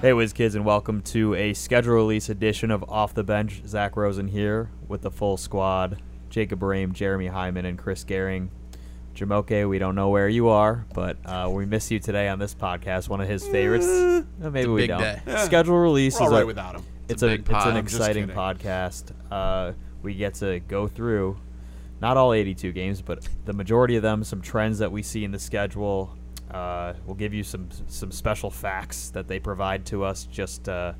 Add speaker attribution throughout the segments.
Speaker 1: Hey, Wiz Kids, and welcome to a schedule release edition of Off the Bench. Zach Rosen here with the full squad Jacob Brame, Jeremy Hyman, and Chris Gehring. Jamoke, we don't know where you are, but uh, we miss you today on this podcast. One of his favorites. Uh, maybe we
Speaker 2: big
Speaker 1: don't.
Speaker 2: day.
Speaker 1: Schedule release
Speaker 3: We're
Speaker 1: is
Speaker 3: all right
Speaker 1: a-
Speaker 3: without him.
Speaker 1: it's
Speaker 2: a
Speaker 1: a,
Speaker 2: big
Speaker 1: it's
Speaker 2: pod.
Speaker 1: an
Speaker 2: I'm just
Speaker 1: exciting
Speaker 3: kidding.
Speaker 1: podcast. Uh, we get to go through not all 82 games, but the majority of them. Some trends that we see in the schedule. Uh, we'll give you some some special facts that they provide to us just uh,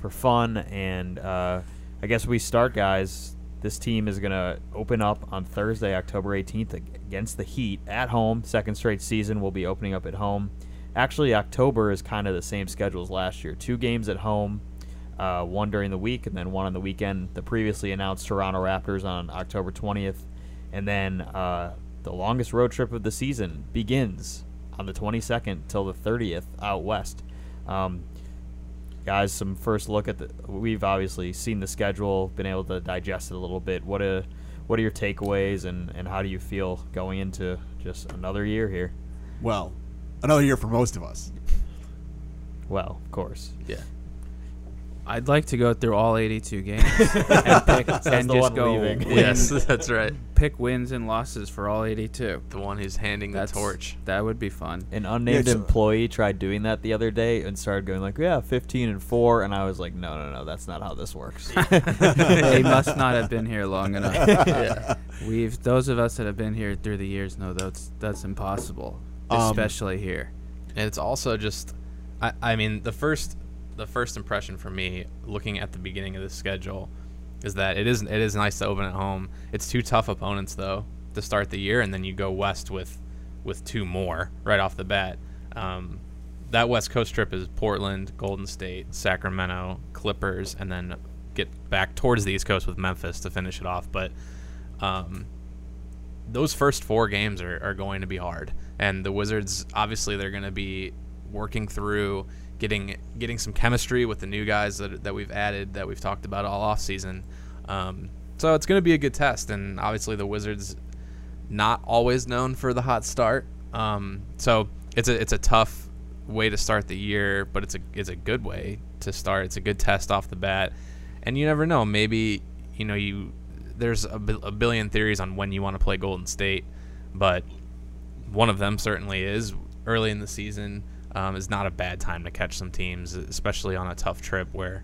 Speaker 1: for fun. And uh, I guess we start, guys. This team is going to open up on Thursday, October 18th, ag- against the Heat at home. Second straight season, we'll be opening up at home. Actually, October is kind of the same schedule as last year. Two games at home, uh, one during the week and then one on the weekend. The previously announced Toronto Raptors on October 20th, and then uh, the longest road trip of the season begins on the 22nd till the 30th out west. Um, guys, some first look at the. We've obviously seen the schedule, been able to digest it a little bit. What a what are your takeaways and, and how do you feel going into just another year here?
Speaker 3: Well, another year for most of us.
Speaker 1: Well, of course.
Speaker 2: Yeah. I'd like to go through all 82 games and pick and
Speaker 1: the
Speaker 2: just
Speaker 1: one
Speaker 2: go
Speaker 1: leaving.
Speaker 2: win-
Speaker 4: Yes, that's right.
Speaker 2: pick wins and losses for all 82.
Speaker 4: The one who's handing
Speaker 2: That's
Speaker 4: the torch.
Speaker 2: That would be fun.
Speaker 1: An unnamed
Speaker 3: Yeah, so-
Speaker 1: employee tried doing that the other day and started going like, "Yeah, 15 and 4," and I was like, "No, no, no, that's not how this works."
Speaker 2: they must not have been here long enough.
Speaker 4: yeah.
Speaker 2: We've those of us that have been here through the years know that's that's impossible,
Speaker 3: Um,
Speaker 2: especially here.
Speaker 4: And it's also just I, I mean, the first the first impression for me looking at the beginning of the schedule is that it is it is nice to open at home. It's two tough opponents though to start the year and then you go west with with two more right off the bat. Um, that West Coast trip is Portland, Golden State, Sacramento, Clippers, and then get back towards the East Coast with Memphis to finish it off. But um, those first four games are, are going to be hard. And the Wizards, obviously, they're going to be working through getting getting some chemistry with the new guys that, that we've added that we've talked about all offseason. Um, so it's going to be a good test. And obviously, the Wizards not always known for the hot start. Um, so it's a it's a tough way to start the year, but it's a it's a good way to start. It's a good test off the bat, and you never know. Maybe you know you there's a, bi- a billion theories on when you want to play Golden State, but one of them certainly is early in the season um, is not a bad time to catch some teams, especially on a tough trip where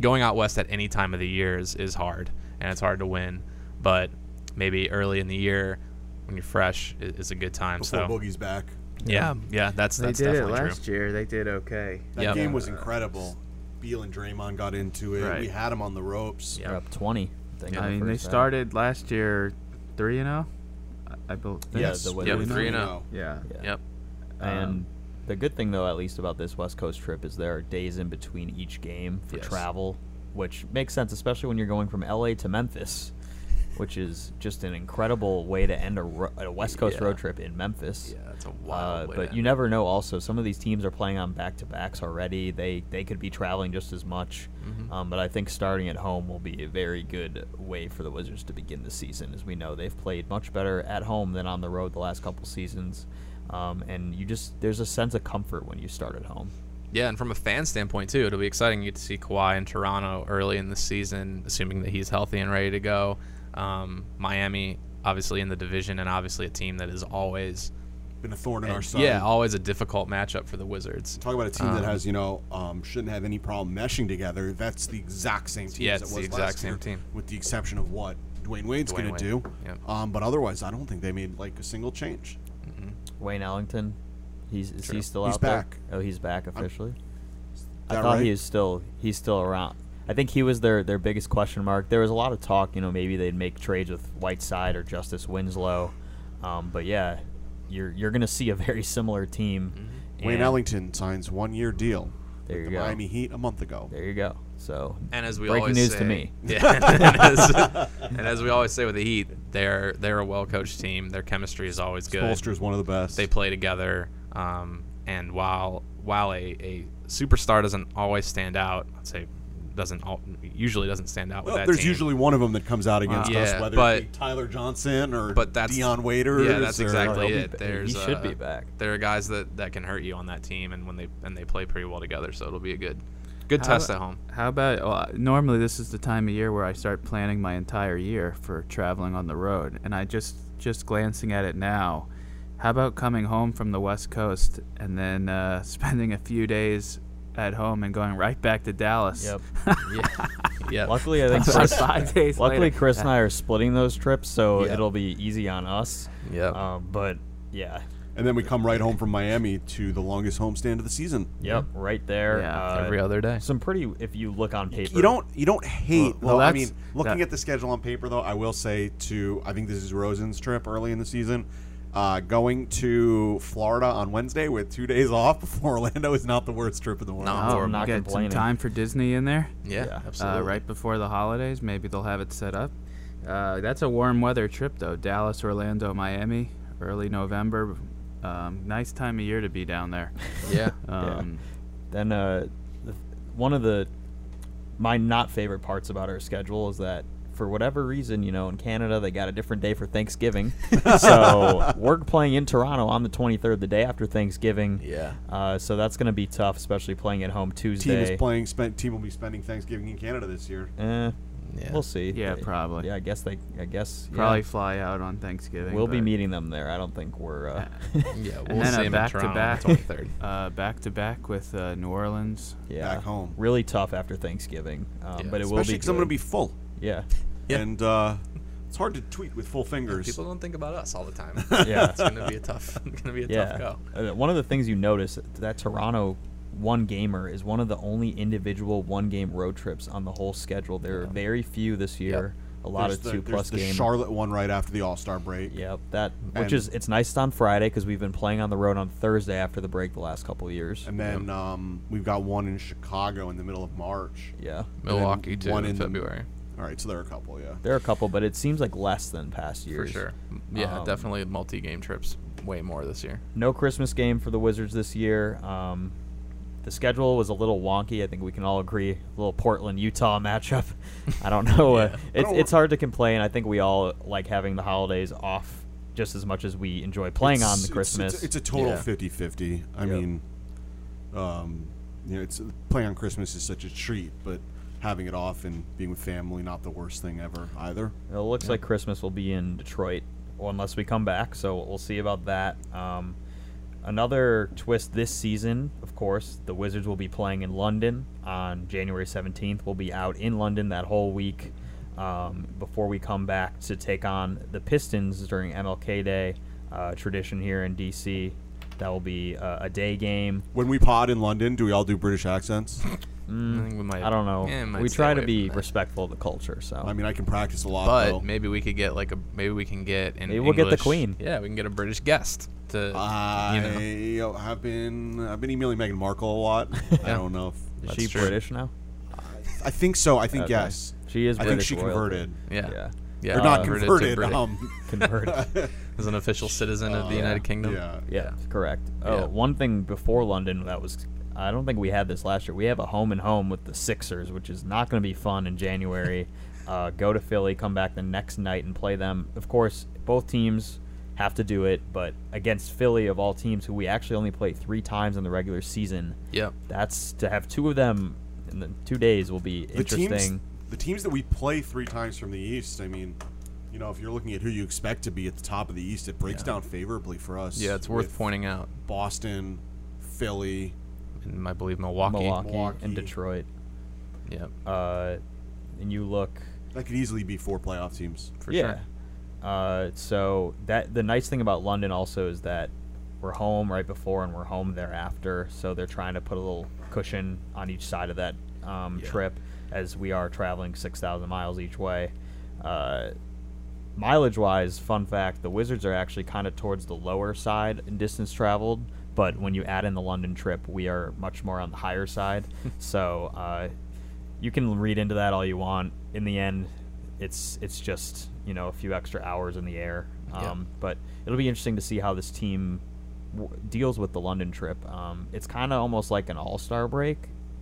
Speaker 4: going out west at any time of the year is, is hard and it's hard to win. But maybe early in the year when you're fresh is, is a good time.
Speaker 3: Before
Speaker 4: so
Speaker 3: Boogie's back.
Speaker 4: yeah, yeah, that's that's definitely true.
Speaker 2: year. They did okay.
Speaker 3: That
Speaker 4: Yep.
Speaker 3: game was incredible. Beal and Draymond got into it.
Speaker 4: Right.
Speaker 3: We had him on the ropes.
Speaker 1: They're up 20. I, think, in
Speaker 2: I
Speaker 1: the
Speaker 2: mean, they
Speaker 1: first half.
Speaker 2: started last year 3 and 0. I, I believe.
Speaker 1: Yes. the
Speaker 4: Yeah,
Speaker 1: Wizards.
Speaker 4: three and
Speaker 3: No.
Speaker 4: oh.
Speaker 2: Yeah.
Speaker 1: Yeah.
Speaker 4: Yep.
Speaker 1: And the good thing though, at least about this West Coast trip, is there are days in between each game for
Speaker 4: Yes.
Speaker 1: travel, which makes sense, especially when you're going from LA to Memphis, which is just an incredible way to end a, ro- a West Coast
Speaker 4: Yeah.
Speaker 1: road trip in Memphis.
Speaker 4: Yeah, that's a
Speaker 1: Uh,
Speaker 4: wild. way to
Speaker 1: but you
Speaker 4: end
Speaker 1: never know. Also, some of these teams are playing on back to backs already. They they could be traveling just as much.
Speaker 4: Mm-hmm.
Speaker 1: Um, but I think starting at home will be a very good way for the Wizards to begin the season, as we know they've played much better at home than on the road the last couple seasons. Um, and you just there's a sense of comfort when you start at home.
Speaker 4: Yeah, and from a fan standpoint too, it'll be exciting to get to see Kawhi in Toronto early in the season, assuming that he's healthy and ready to go. Um, Miami, obviously in the division, and obviously a team that is always
Speaker 3: Been a thorn in our side.
Speaker 4: oh. yeah always a difficult matchup for the Wizards.
Speaker 3: Talk about a team that has, you know, um, shouldn't have any problem meshing together. That's the exact same team
Speaker 4: Yeah,
Speaker 3: as it
Speaker 4: it's
Speaker 3: was
Speaker 4: the
Speaker 3: last
Speaker 4: exact same
Speaker 3: year,
Speaker 4: team.
Speaker 3: with the exception of what Dwayne Wade's
Speaker 4: Dwayne
Speaker 3: going to
Speaker 4: Wade,
Speaker 3: do.
Speaker 4: yep.
Speaker 3: Um, but otherwise, I don't think they made like a single change.
Speaker 1: Wayne Ellington, he's is he
Speaker 4: True.
Speaker 1: still
Speaker 3: He's
Speaker 1: out there?
Speaker 3: back.
Speaker 1: Oh, he's back officially. I
Speaker 3: that
Speaker 1: thought he
Speaker 3: right?
Speaker 1: was still he's still around. I think he was their their biggest question mark. There was a lot of talk, you know, maybe they'd make trades with Whiteside or Justice Winslow, um, but yeah, you're you're gonna see a very similar team.
Speaker 3: Wayne
Speaker 4: Mm-hmm.
Speaker 1: and
Speaker 3: Ellington signs one-year deal
Speaker 1: There
Speaker 3: with
Speaker 1: you
Speaker 3: the
Speaker 1: go.
Speaker 3: Miami Heat a month ago.
Speaker 1: There you go. So
Speaker 4: And as we
Speaker 1: breaking
Speaker 4: always
Speaker 1: news
Speaker 4: say,
Speaker 1: to me.
Speaker 4: yeah. and, as, and as we always say with the Heat, they're they're a well coached team. Their chemistry is always good.
Speaker 3: Bolster's one of the best.
Speaker 4: they play together. Um, and while while a, a superstar doesn't always stand out, I'd say doesn't all, usually doesn't stand out with
Speaker 3: Well,
Speaker 4: that.
Speaker 3: there's
Speaker 4: team.
Speaker 3: usually one of them that comes out against
Speaker 4: Wow.
Speaker 3: us,
Speaker 4: Yeah,
Speaker 3: whether
Speaker 4: but-
Speaker 3: it be Tyler Johnson or
Speaker 4: but that's-
Speaker 3: Deion Waiters.
Speaker 4: yeah, that's
Speaker 3: or-
Speaker 4: exactly
Speaker 1: he'll be
Speaker 4: it.
Speaker 1: ba- he
Speaker 4: There's
Speaker 1: should
Speaker 4: uh,
Speaker 1: be back.
Speaker 4: There are guys that, that can hurt you on that team, and when they and they play pretty well together, so it'll be a good good
Speaker 2: How
Speaker 4: test
Speaker 2: abo-
Speaker 4: at home.
Speaker 2: How about well, normally this is the time of year where I start planning my entire year for traveling on the road, and I just just glancing at it now. How about coming home from the West Coast and then uh, spending a few days at home and going right back to Dallas?
Speaker 1: Yep.
Speaker 4: yeah, yeah.
Speaker 1: Luckily, I think
Speaker 2: Like
Speaker 1: Chris,
Speaker 2: five days
Speaker 1: luckily
Speaker 2: later.
Speaker 1: Chris and I are splitting those trips, so
Speaker 4: Yeah.
Speaker 1: it'll be easy on us.
Speaker 4: Yeah.
Speaker 1: Um, but yeah,
Speaker 3: and then we come right home from Miami to the longest homestand of the season.
Speaker 1: yep, right there.
Speaker 2: Yeah.
Speaker 1: Uh,
Speaker 4: every other day.
Speaker 1: Some pretty, if you look on paper,
Speaker 3: You don't you don't hate.
Speaker 2: Well,
Speaker 3: Well, I
Speaker 2: that's-
Speaker 3: mean, looking
Speaker 2: that-
Speaker 3: at the schedule on paper, though, I will say to I think this is Rosen's trip early in the season. Uh, going to Florida on Wednesday with two days off before Orlando is not the worst trip in the world.
Speaker 4: No.
Speaker 2: Oh,
Speaker 1: I'm not
Speaker 2: get
Speaker 1: complaining.
Speaker 2: some time for Disney in there.
Speaker 4: Yeah,
Speaker 1: Yeah. Uh,
Speaker 4: absolutely.
Speaker 2: uh, right before the holidays. Maybe they'll have it set up. Uh, that's a warm weather trip, though. Dallas, Orlando, Miami, early November. Um, nice time of year to be down there.
Speaker 4: Yeah.
Speaker 2: Um,
Speaker 1: Then uh, the, one of the my not favorite parts about our schedule is that for whatever reason, you know, in Canada they got a different day for Thanksgiving. so we're playing in Toronto on the 23rd, the day after Thanksgiving.
Speaker 4: Yeah.
Speaker 1: Uh, so that's going to be tough, especially playing at home
Speaker 3: Team
Speaker 1: Tuesday.
Speaker 3: is playing. Spent, team will be spending Thanksgiving in Canada this year.
Speaker 1: Eh,
Speaker 4: Yeah.
Speaker 1: We'll see.
Speaker 2: Yeah,
Speaker 1: They-
Speaker 2: probably.
Speaker 1: Yeah, I guess they. I guess yeah.
Speaker 2: Probably fly out on Thanksgiving.
Speaker 1: We'll be
Speaker 2: but-
Speaker 1: meeting them there. I don't think we're. Uh,
Speaker 4: Yeah,
Speaker 2: And
Speaker 4: we'll
Speaker 2: then
Speaker 4: see
Speaker 2: a
Speaker 4: him
Speaker 2: back
Speaker 4: in
Speaker 2: to
Speaker 4: Toronto on
Speaker 2: back,
Speaker 4: the 23rd.
Speaker 2: uh, back to back with uh, New Orleans.
Speaker 1: yeah.
Speaker 3: Back home.
Speaker 1: Really tough after Thanksgiving, um,
Speaker 4: Yeah.
Speaker 1: but it will
Speaker 3: Especially
Speaker 1: be.
Speaker 3: because I'm going to
Speaker 1: good.
Speaker 3: be full,
Speaker 1: Yeah.
Speaker 4: Yeah.
Speaker 3: and uh, it's hard to tweet with full fingers.
Speaker 4: People don't think about us all the time.
Speaker 1: Yeah.
Speaker 4: it's gonna be a tough, gonna be a tough
Speaker 1: Yeah.
Speaker 4: go.
Speaker 1: Uh, One of the things you notice that Toronto one gamer is one of the only individual one game road trips on the whole schedule. There are very few this year. A lot
Speaker 3: There's
Speaker 1: of
Speaker 3: the-
Speaker 1: two
Speaker 3: there's
Speaker 1: plus
Speaker 3: the
Speaker 1: game.
Speaker 3: Charlotte one right after the All Star break.
Speaker 1: Yep, that which
Speaker 3: And-
Speaker 1: is it's nice on Friday because we've been playing on the road on Thursday after the break the last couple of years.
Speaker 3: And then um, we've got one in Chicago in the middle of March.
Speaker 1: yeah,
Speaker 3: then
Speaker 4: Milwaukee too
Speaker 3: one
Speaker 4: in
Speaker 3: in the-
Speaker 4: February
Speaker 3: All right, so there are a couple, yeah.
Speaker 1: there are a couple, but it seems like less than past
Speaker 4: for
Speaker 1: years
Speaker 4: sure. Yeah,
Speaker 1: Um,
Speaker 4: definitely multi-game trips way more this year.
Speaker 1: No Christmas game for the Wizards this year. Um, the schedule was a little wonky. I think we can all agree. A little Portland Utah matchup. I don't know. uh, it's
Speaker 3: don't-
Speaker 1: it's hard to complain. I think we all like having the holidays off just as much as we enjoy playing on
Speaker 3: It's-
Speaker 1: the
Speaker 3: it's-
Speaker 1: Christmas.
Speaker 3: It's, it's a total
Speaker 4: Yeah.
Speaker 3: fifty-fifty. 50-50. I
Speaker 1: Yep.
Speaker 3: mean, um, you know, it's playing on Christmas is such a treat, but having it off and being with family not the worst thing ever either.
Speaker 1: it looks like Christmas will be in Detroit, well, unless we come back. So we'll see about that. Um, another twist this season, of course, the Wizards will be playing in London on January 17th. We'll be out in London that whole week um, before we come back to take on the Pistons during MLK Day, uh, tradition here in DC. That will be uh, a day game.
Speaker 3: When we pod in London, do we all do British accents?
Speaker 4: I think we might.
Speaker 1: Mm, I don't know.
Speaker 4: eh, might
Speaker 1: we
Speaker 4: stay
Speaker 1: try to
Speaker 4: away
Speaker 1: be
Speaker 4: from that.
Speaker 1: respectful of the culture. So
Speaker 3: I mean, I can practice a lot,
Speaker 4: But
Speaker 3: though.
Speaker 4: maybe we could get like a maybe we can get an
Speaker 1: Maybe we'll get the
Speaker 4: English-
Speaker 1: Queen.
Speaker 4: Yeah, we can get a British guest to you
Speaker 3: I
Speaker 4: know.
Speaker 3: have been I've been emailing Meghan Markle a lot. I
Speaker 4: Yeah.
Speaker 3: don't know if
Speaker 1: is
Speaker 4: that's
Speaker 1: she
Speaker 4: true.
Speaker 1: British now?
Speaker 3: I think so. I think
Speaker 1: Okay.
Speaker 3: yes.
Speaker 1: She is
Speaker 3: I think
Speaker 1: British
Speaker 3: she
Speaker 1: royalty.
Speaker 3: converted.
Speaker 4: Yeah.
Speaker 1: Yeah.
Speaker 4: Yeah,
Speaker 3: Or not
Speaker 4: converted to
Speaker 3: converted.
Speaker 4: Uh, British-
Speaker 3: Um,
Speaker 1: Converted.
Speaker 4: as an official citizen of the
Speaker 3: uh,
Speaker 4: United Kingdom.
Speaker 3: Yeah.
Speaker 1: Oh, Yeah, correct. Oh,
Speaker 4: Yeah.
Speaker 1: one thing before London that was I don't think we had this last year. We have a home and home with the Sixers, which is not going to be fun in January. uh, go to Philly, come back the next night and play them. Of course, both teams have to do it, but against Philly of all teams, who we actually only play three times in the regular season,
Speaker 4: Yeah.
Speaker 1: that's to have two of them in the two days will be
Speaker 3: the
Speaker 1: interesting.
Speaker 3: teams the teams that we play three times from the east i mean you know if you're looking at who you expect to be at the top of the east it breaks down favorably for us
Speaker 4: Yeah, it's worth
Speaker 3: with
Speaker 4: pointing out.
Speaker 3: boston philly
Speaker 4: And I believe Milwaukee.
Speaker 1: Milwaukee,
Speaker 3: Milwaukee.
Speaker 1: and Detroit.
Speaker 4: Yeah.
Speaker 1: Uh, and you look
Speaker 3: that could easily be four playoff teams
Speaker 4: For
Speaker 1: yeah.
Speaker 4: sure.
Speaker 1: Uh, so that the nice thing about London also is that we're home right before and we're home thereafter. So they're trying to put a little cushion on each side of that um,
Speaker 4: Yeah.
Speaker 1: trip, as we are traveling six thousand miles each way. Uh, mileage wise, fun fact: the Wizards are actually kind of towards the lower side in distance traveled. But when you add in the London trip, we are much more on the higher side. so uh, you can read into that all you want. In the end, it's it's just you know a few extra hours in the air.
Speaker 4: Yeah.
Speaker 1: Um, But it'll be interesting to see how this team w- deals with the London trip. Um, it's kind of almost like an All Star break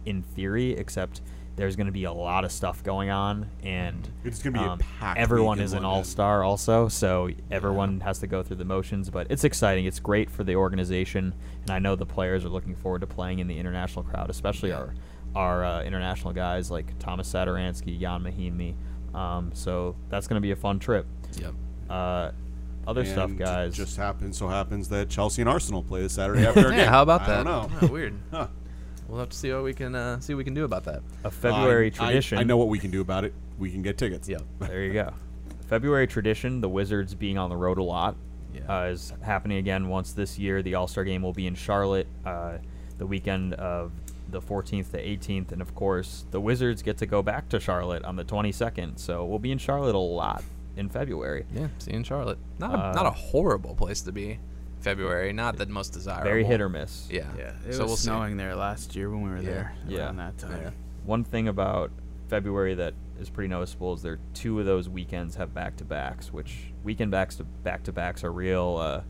Speaker 1: in theory, except There's going to be a lot of stuff going on, and um,
Speaker 3: It's gonna be a packed
Speaker 1: everyone
Speaker 3: week in
Speaker 1: is an
Speaker 3: London.
Speaker 1: all star also, so everyone has to go through the motions. But it's exciting. It's great for the organization, and I know the players are looking forward to playing in the international crowd, especially our our uh, international guys like Thomas Sadaransky, Jan Mahimi. Um, so that's going to be a fun trip.
Speaker 4: Yep.
Speaker 1: Uh, other stuff,
Speaker 3: And
Speaker 1: guys.
Speaker 3: Just happens so happens that Chelsea and Arsenal play this Saturday after.
Speaker 4: Yeah, how about
Speaker 3: I
Speaker 4: that?
Speaker 3: don't know.
Speaker 4: Huh, weird.
Speaker 3: Huh.
Speaker 4: We'll have to see what we can uh, see what we can do about that.
Speaker 1: a February
Speaker 3: I- I-
Speaker 1: tradition.
Speaker 3: I, know what we can do about it. We can get tickets.
Speaker 4: Yep.
Speaker 1: There you go. February tradition, the Wizards being on the road a lot,
Speaker 4: Yeah.
Speaker 1: uh, is happening again once this year. The All Star game will be in Charlotte uh, the weekend of the 14th to 18th. And of course, the Wizards get to go back to Charlotte on the 22nd. So we'll be in Charlotte a lot in February.
Speaker 4: Yeah. See you in Charlotte. Not a,
Speaker 1: Uh,
Speaker 4: not a horrible place to be. February. Not the most desirable.
Speaker 1: Very hit or miss.
Speaker 4: Yeah.
Speaker 2: Yeah, it
Speaker 4: so
Speaker 2: was
Speaker 4: we'll see.
Speaker 2: snowing there last year when we were
Speaker 4: Yeah.
Speaker 2: there
Speaker 1: Yeah.
Speaker 2: around that time.
Speaker 3: Yeah.
Speaker 1: One thing about February that is pretty noticeable is there two of those weekends have back to backs, which weekend backs to back to backs are real uh,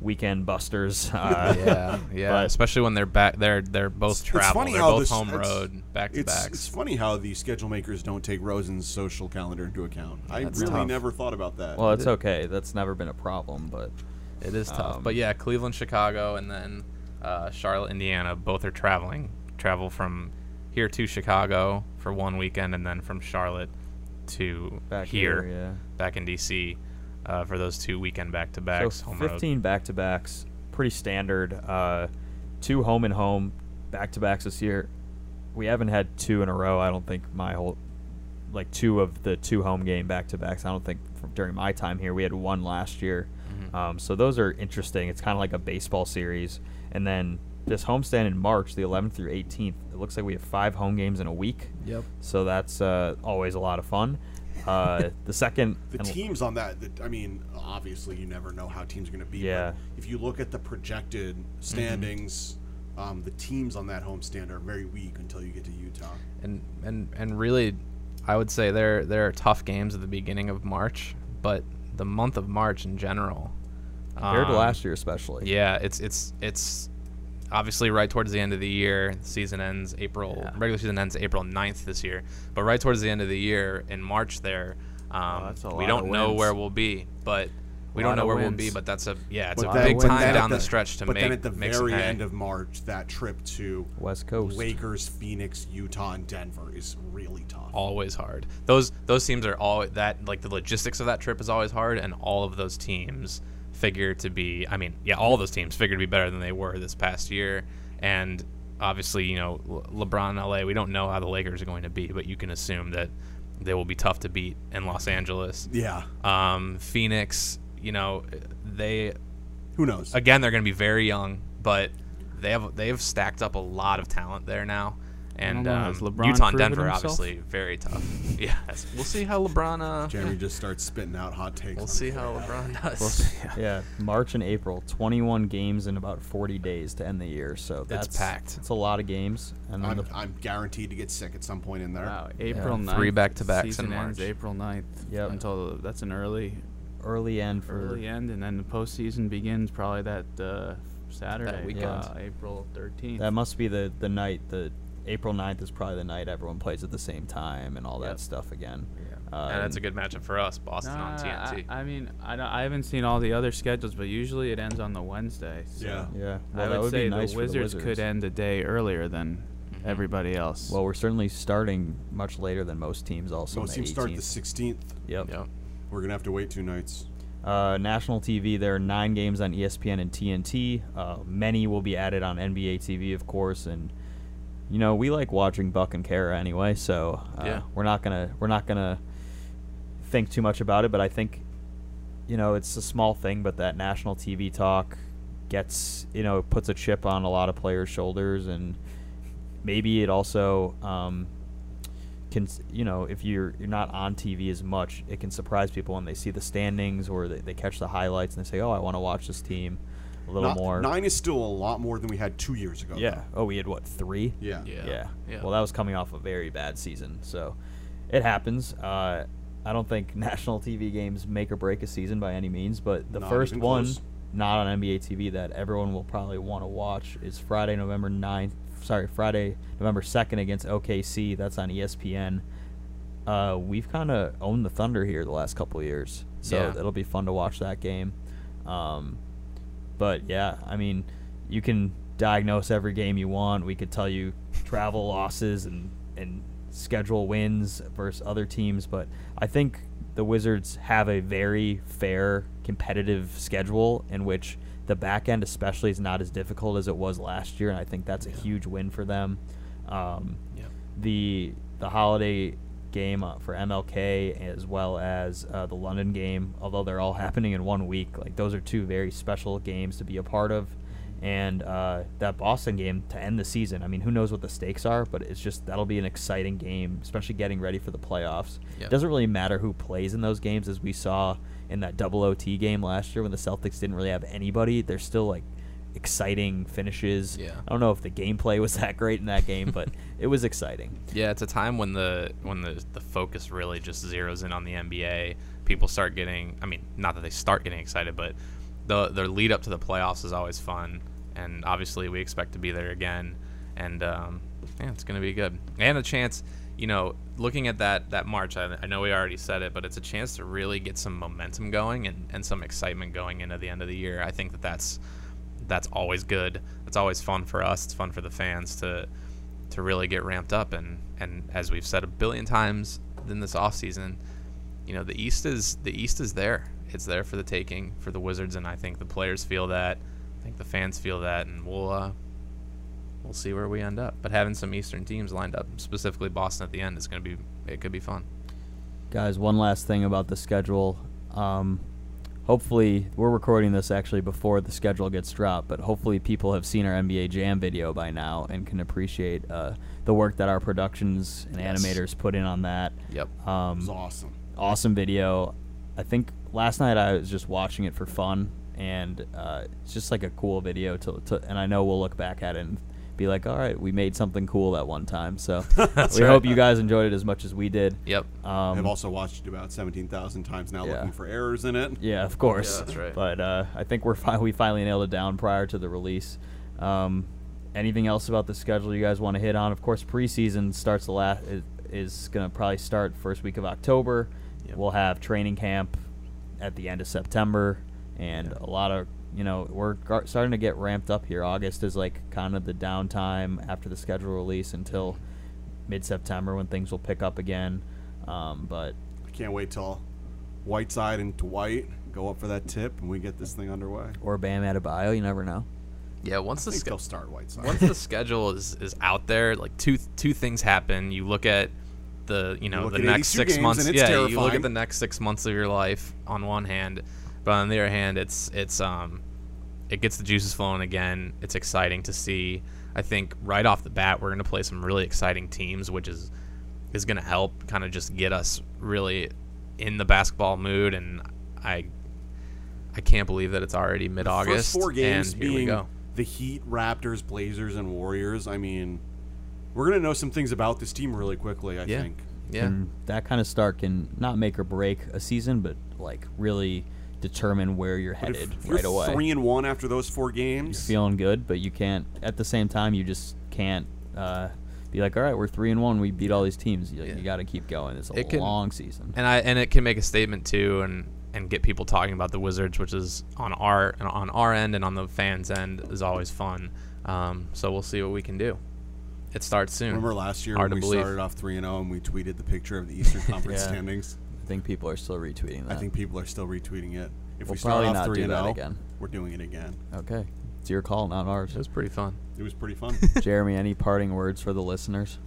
Speaker 1: weekend busters. Uh,
Speaker 4: yeah, yeah.
Speaker 1: But-
Speaker 4: Especially when they're back, they're they're both
Speaker 3: It's- it's
Speaker 4: travel.
Speaker 3: funny
Speaker 4: they're
Speaker 3: how
Speaker 4: both
Speaker 3: this-
Speaker 4: home
Speaker 3: it's-
Speaker 4: road back to
Speaker 3: It's,
Speaker 4: backs.
Speaker 3: it's funny how the schedule makers don't take Rosen's social calendar into account. I
Speaker 4: That's
Speaker 3: really
Speaker 4: tough.
Speaker 3: never thought about that.
Speaker 1: Well, it's okay. That's never been a problem, but
Speaker 4: It is tough.
Speaker 1: Um,
Speaker 4: but yeah, Cleveland, Chicago, and then uh, Charlotte, Indiana. Both are traveling. Travel from here to Chicago for one weekend, and then from Charlotte to
Speaker 1: back
Speaker 4: here,
Speaker 1: here, yeah.
Speaker 4: back in DC, uh, for those two weekend back to backs.
Speaker 1: So
Speaker 4: home road.
Speaker 1: 15 back to backs, pretty standard. Uh, two home and home back to backs this year. We haven't had two in a row. I don't think my whole, like two of the two home game back to backs. I don't think from during my time here we had one last year.
Speaker 4: Mm-hmm.
Speaker 1: Um, so those are interesting. It's kind of like a baseball series. And then this homestand in March, the 11th through 18th. It looks like we have five home games in a week.
Speaker 4: Yep.
Speaker 1: So that's uh, always a lot of fun. Uh, the second
Speaker 3: the
Speaker 1: and-
Speaker 3: teams on that, that- I mean, obviously you never know how teams are going to be. but
Speaker 1: Yeah.
Speaker 3: If you look at the projected
Speaker 4: Mm-hmm.
Speaker 3: standings, um, the teams on that homestand are very weak until you get to Utah.
Speaker 4: and and and really, I would say there there are tough games at the beginning of March, but the month of March in general.
Speaker 1: compared to
Speaker 4: um,
Speaker 1: last year, especially.
Speaker 4: Yeah, it's it's it's obviously right towards the end of the year. The season ends April. Regular season ends April 9th this year. But right towards the end of the year in March there, um,
Speaker 2: that's a
Speaker 4: we
Speaker 2: lot
Speaker 4: don't
Speaker 2: of
Speaker 4: know
Speaker 2: wins.
Speaker 4: where we'll be, but we don't
Speaker 2: Lot
Speaker 4: know
Speaker 2: of
Speaker 4: where we'll be.
Speaker 2: wins.
Speaker 4: But that's a yeah, it's
Speaker 3: But
Speaker 4: a
Speaker 3: then-
Speaker 4: big
Speaker 3: but
Speaker 4: time
Speaker 3: then at
Speaker 4: down the, stretch to
Speaker 3: but
Speaker 4: make.
Speaker 3: then at the
Speaker 4: make some
Speaker 3: very
Speaker 4: hay.
Speaker 3: end of March, that trip to
Speaker 1: West Coast.
Speaker 3: Lakers, Phoenix, Utah, and Denver is really tough.
Speaker 4: always hard. Those those teams are all that like the logistics of that trip is always hard, and all of those teams figure to be. I mean, yeah, all those teams figure to be better than they were this past year, and obviously, you know, Le- LeBron in LA. We don't know how the Lakers are going to be, but you can assume that they will be tough to beat in Los Angeles.
Speaker 3: yeah.
Speaker 4: Um, Phoenix, you know, they
Speaker 3: Who knows?
Speaker 4: again they're going to be very young, but they have they've stacked up a lot of talent there now. And
Speaker 2: know,
Speaker 4: um,
Speaker 2: has LeBron
Speaker 4: Utah and
Speaker 2: proven
Speaker 4: Denver,
Speaker 2: himself?
Speaker 4: obviously, very tough. Yeah, we'll see how LeBron. Uh,
Speaker 3: Jeremy just starts spitting out hot takes.
Speaker 4: we'll
Speaker 3: on
Speaker 4: see
Speaker 3: the
Speaker 4: how
Speaker 3: internet.
Speaker 4: LeBron does.
Speaker 1: Yeah, March and April, 21 games in about 40 days to end the year. So that's
Speaker 4: packed.
Speaker 1: It's a lot of games. And then
Speaker 3: I'm,
Speaker 1: the,
Speaker 3: I'm guaranteed to get sick at some point in there.
Speaker 2: Wow, April
Speaker 1: Yeah.
Speaker 2: 9th.
Speaker 4: Three back-to-backs in
Speaker 2: season ends
Speaker 4: March.
Speaker 2: April 9th.
Speaker 1: Yep.
Speaker 2: Until the, that's an early
Speaker 1: early end for
Speaker 2: early end, and then the postseason begins probably that uh, Saturday,
Speaker 4: weekend.
Speaker 2: uh, April 13th.
Speaker 1: that must be the the night the April 9th is probably the night everyone plays at the same time and all that
Speaker 2: Yep.
Speaker 1: stuff again.
Speaker 2: Yeah.
Speaker 1: Uh,
Speaker 4: and that's a good matchup for us, Boston on
Speaker 2: Nah,
Speaker 4: TNT.
Speaker 2: I, I mean, I, don't- I haven't seen all the other schedules, but usually it ends on the Wednesday. So
Speaker 3: Yeah.
Speaker 1: Yeah,
Speaker 2: I
Speaker 1: well,
Speaker 2: would,
Speaker 1: that would
Speaker 2: say
Speaker 1: be nice
Speaker 2: the,
Speaker 1: for
Speaker 2: Wizards
Speaker 1: the
Speaker 2: could end a day earlier than everybody else.
Speaker 1: Well, we're certainly starting much later than most teams. Also, on
Speaker 3: Most
Speaker 1: the
Speaker 3: teams start the
Speaker 1: 18th.
Speaker 3: 16th.
Speaker 1: Yep.
Speaker 4: Yep.
Speaker 3: We're gonna have to wait two nights.
Speaker 1: Uh, national TV, there are nine games on E ESPN and TNT. Uh, many will be added on NBA TV, of course, and you know we like watching Buck and Kara anyway, so uh,
Speaker 4: Yeah.
Speaker 1: we're not gonna we're not gonna think too much about it. But I think you know it's a small thing, but that national TV talk gets you know puts a chip on a lot of players' shoulders, and maybe it also um, can s- you know if you're you're not on TV as much, it can surprise people when they see the standings or they, they catch the highlights and they say, "Oh, I want to watch this team a little
Speaker 3: Not-
Speaker 1: more."
Speaker 3: Nine is still a lot more than we had two years ago.
Speaker 1: yeah.
Speaker 3: though.
Speaker 1: Oh, we had what three?
Speaker 3: Yeah.
Speaker 4: Yeah.
Speaker 1: Yeah.
Speaker 4: Yeah.
Speaker 1: Well, that was coming off a very bad season, so it happens. Uh, I don't think national TV games make or break a season by any means, but the
Speaker 3: Not
Speaker 1: first
Speaker 3: even
Speaker 1: one
Speaker 3: close.
Speaker 1: not on NBA TV that everyone will probably want to watch is Friday, November 9th. Sorry, Friday, November 2nd against OKC. That's on E ESPN. Uh, we've kind of owned the Thunder here the last couple of years, so
Speaker 4: Yeah.
Speaker 1: it'll be fun to watch that game. Um, but yeah, I mean, you can diagnose every game you want. We could tell you travel losses and and schedule wins versus other teams, but I think the Wizards have a very fair competitive schedule in which the back end especially is not as difficult as it was last year and I think that's a huge win for them. Um,
Speaker 4: Yeah.
Speaker 1: the the holiday game uh, for MLK as well as uh, the London game. Although they're all happening in one week, like those are two very special games to be a part of. And uh, that Boston game to end the season. I mean, who knows what the stakes are, but it's just that'll be an exciting game, especially getting ready for the playoffs.
Speaker 4: Yeah.
Speaker 1: It doesn't really matter who plays in those games, as we saw in that double OT game last year when the Celtics didn't really have anybody. They're still like exciting finishes.
Speaker 4: Yeah.
Speaker 1: I don't know if the gameplay was that great in that game, but it was exciting.
Speaker 4: Yeah, it's a time when the when the the focus really just zeroes in on the NBA. People start getting, I mean, not that they start getting excited, but the their lead up to the playoffs is always fun, and obviously we expect to be there again, and um, yeah, it's gonna be good and a chance. You know, looking at that that March, I, I know we already said it, but it's a chance to really get some momentum going and, and some excitement going into the end of the year. I think that that's that's always good. It's always fun for us. It's fun for the fans to to really get ramped up and and as we've said a billion times in this offseason, you know, the East is the East is there. It's there for the taking for the Wizards and I think the players feel that. I think the fans feel that and we'll uh we'll see where we end up. But having some Eastern teams lined up, specifically Boston at the end is going to be it could be fun.
Speaker 1: Guys, one last thing about the schedule. Um, hopefully, we're recording this actually before the schedule gets dropped, but hopefully, people have seen our NBA Jam video by now and can appreciate uh, the work that our productions and
Speaker 4: Yes.
Speaker 1: animators put in on that.
Speaker 4: Yep.
Speaker 1: Um,
Speaker 3: was awesome.
Speaker 1: awesome video. I think last night I was just watching it for fun, and uh, it's just like a cool video to, to. And I know we'll look back at it and be like, "All right, we made something cool at one time." So we
Speaker 4: right.
Speaker 1: hope you guys enjoyed it as much as we did.
Speaker 4: Yep.
Speaker 1: Um,
Speaker 3: I've also watched it about seventeen thousand times now,
Speaker 1: Yeah.
Speaker 3: looking for errors in it.
Speaker 1: yeah, of course.
Speaker 4: Yeah, that's right.
Speaker 1: But uh, I think we're fi- we finally nailed it down prior to the release. Um, anything else about the schedule you guys want to hit on? Of course, preseason starts the last is going to probably start first week of October.
Speaker 4: Yep.
Speaker 1: We'll have training camp at the end of September, and a lot of you know we're gar- starting to get ramped up here. August is like kind of the downtime after the schedule release until mid September when things will pick up again. Um, but
Speaker 3: I can't wait till Whiteside and Dwight go up for that tip, and we get this thing underway.
Speaker 1: or Bam Adebayo, you never know.
Speaker 4: Yeah, once
Speaker 3: I
Speaker 4: the
Speaker 3: think
Speaker 4: sch-
Speaker 3: they'll start Whiteside.
Speaker 4: once the schedule is is out there, like two two things happen. You look at the you know
Speaker 3: look
Speaker 4: the
Speaker 3: at
Speaker 4: next
Speaker 3: 82
Speaker 4: six
Speaker 3: games
Speaker 4: months.
Speaker 3: and
Speaker 4: Yeah,
Speaker 3: it's
Speaker 4: you look
Speaker 3: terrifying.
Speaker 4: at the next six months of your life on one hand, but on the other hand, it's it's um it gets the juices flowing again. It's exciting to see. I think right off the bat, we're going to play some really exciting teams, which is is going to help kind of just get us really in the basketball mood. And I I can't believe that it's already mid August.
Speaker 3: First four games
Speaker 4: and here we
Speaker 3: being
Speaker 4: go.
Speaker 3: the Heat, Raptors, Blazers, and Warriors. I mean, we're gonna know some things about this team really quickly. I
Speaker 4: Yeah.
Speaker 3: think.
Speaker 4: Yeah.
Speaker 1: and that kind of start can not make or break a season, but like really determine where you're
Speaker 3: But
Speaker 1: headed
Speaker 3: if you're
Speaker 1: right away.
Speaker 3: three and one after those four
Speaker 1: You're
Speaker 3: games,
Speaker 1: feeling good, but you can't. At the same time, you just can't uh, be like, all right, we're three and one. We beat all these teams. You,
Speaker 4: Yeah.
Speaker 1: you got to keep going. It's a
Speaker 4: It can-
Speaker 1: long season.
Speaker 4: and I and it can make a statement too, and and get people talking about the Wizards, which is on our and on our end and on the fans' end is always fun. Um, so we'll see what we can do. It starts soon.
Speaker 3: remember last year
Speaker 4: Hard
Speaker 3: when we
Speaker 4: to believe.
Speaker 3: started off three and zero, and we tweeted the picture of the Eastern Conference
Speaker 1: Yeah.
Speaker 3: standings.
Speaker 1: I think people are still retweeting that.
Speaker 3: I think people are still retweeting it. If
Speaker 1: We'll
Speaker 3: we start
Speaker 1: probably
Speaker 3: off
Speaker 1: not do
Speaker 3: three and
Speaker 1: that
Speaker 3: zero,
Speaker 1: again.
Speaker 3: we're doing it again.
Speaker 1: okay, it's your call, not ours.
Speaker 4: it was pretty fun.
Speaker 3: It was pretty fun.
Speaker 1: Jeremy, any parting words for the listeners?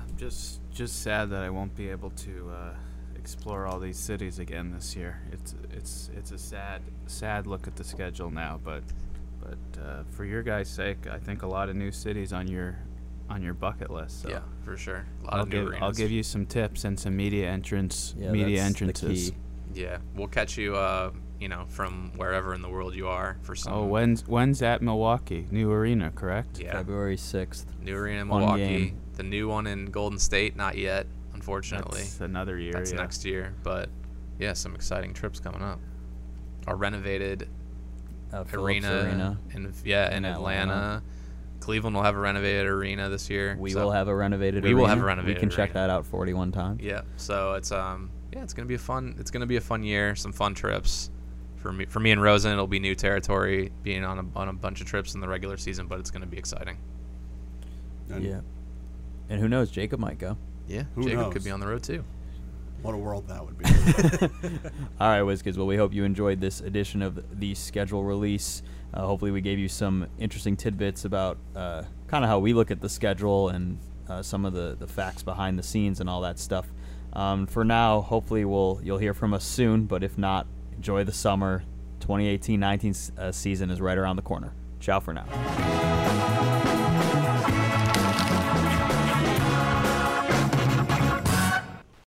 Speaker 2: I'm just just sad that I won't be able to uh, explore all these cities again this year. It's it's it's a sad sad look at the schedule now, but but uh, for your guys' sake, I think a lot of new cities on your on your bucket list. So
Speaker 4: yeah, for sure. A lot
Speaker 2: I'll
Speaker 4: of new
Speaker 2: give I'll
Speaker 4: arenas.
Speaker 2: give you some tips and some media entrance media
Speaker 1: that's the
Speaker 2: entrances.
Speaker 1: key.
Speaker 4: Yeah, we'll catch you. Uh, you know, from wherever in the world you are for some.
Speaker 2: Oh, when's when's at Milwaukee new arena? Correct.
Speaker 4: yeah,
Speaker 1: February sixth.
Speaker 4: new arena in
Speaker 1: Fun
Speaker 4: Milwaukee.
Speaker 1: game.
Speaker 4: The new one in Golden State, not yet, unfortunately.
Speaker 2: That's another year.
Speaker 4: That's
Speaker 2: yeah.
Speaker 4: next year, but yeah, some exciting trips coming up. a renovated
Speaker 1: Uh, Phillips
Speaker 4: arena, in yeah in,
Speaker 1: In
Speaker 4: Atlanta.
Speaker 1: Atlanta.
Speaker 4: Cleveland will have a renovated arena this year.
Speaker 1: We
Speaker 4: so-
Speaker 1: will have a renovated.
Speaker 4: We will have a
Speaker 1: arena. We can
Speaker 4: renovated
Speaker 1: check
Speaker 4: arena.
Speaker 1: that out 41 times.
Speaker 4: Yeah, so it's um yeah it's gonna be a fun it's gonna be a fun year some fun trips for me for me and Rosen it'll be new territory being on a on a bunch of trips in the regular season but it's gonna be exciting.
Speaker 3: And
Speaker 1: yeah. And who knows? Jacob might go.
Speaker 4: Yeah,
Speaker 3: Who
Speaker 4: Jacob could
Speaker 3: knows?
Speaker 4: be on the road too.
Speaker 3: What a world that would be.
Speaker 1: All right, WizKids. Well, we hope you enjoyed this edition of the schedule release. Uh, hopefully, we gave you some interesting tidbits about uh, kind of how we look at the schedule and uh, some of the, the facts behind the scenes and all that stuff. Um, for now, hopefully, we'll you'll hear from us soon. But if not, enjoy the summer. 2018-19 uh, season is right around the corner. Ciao for now.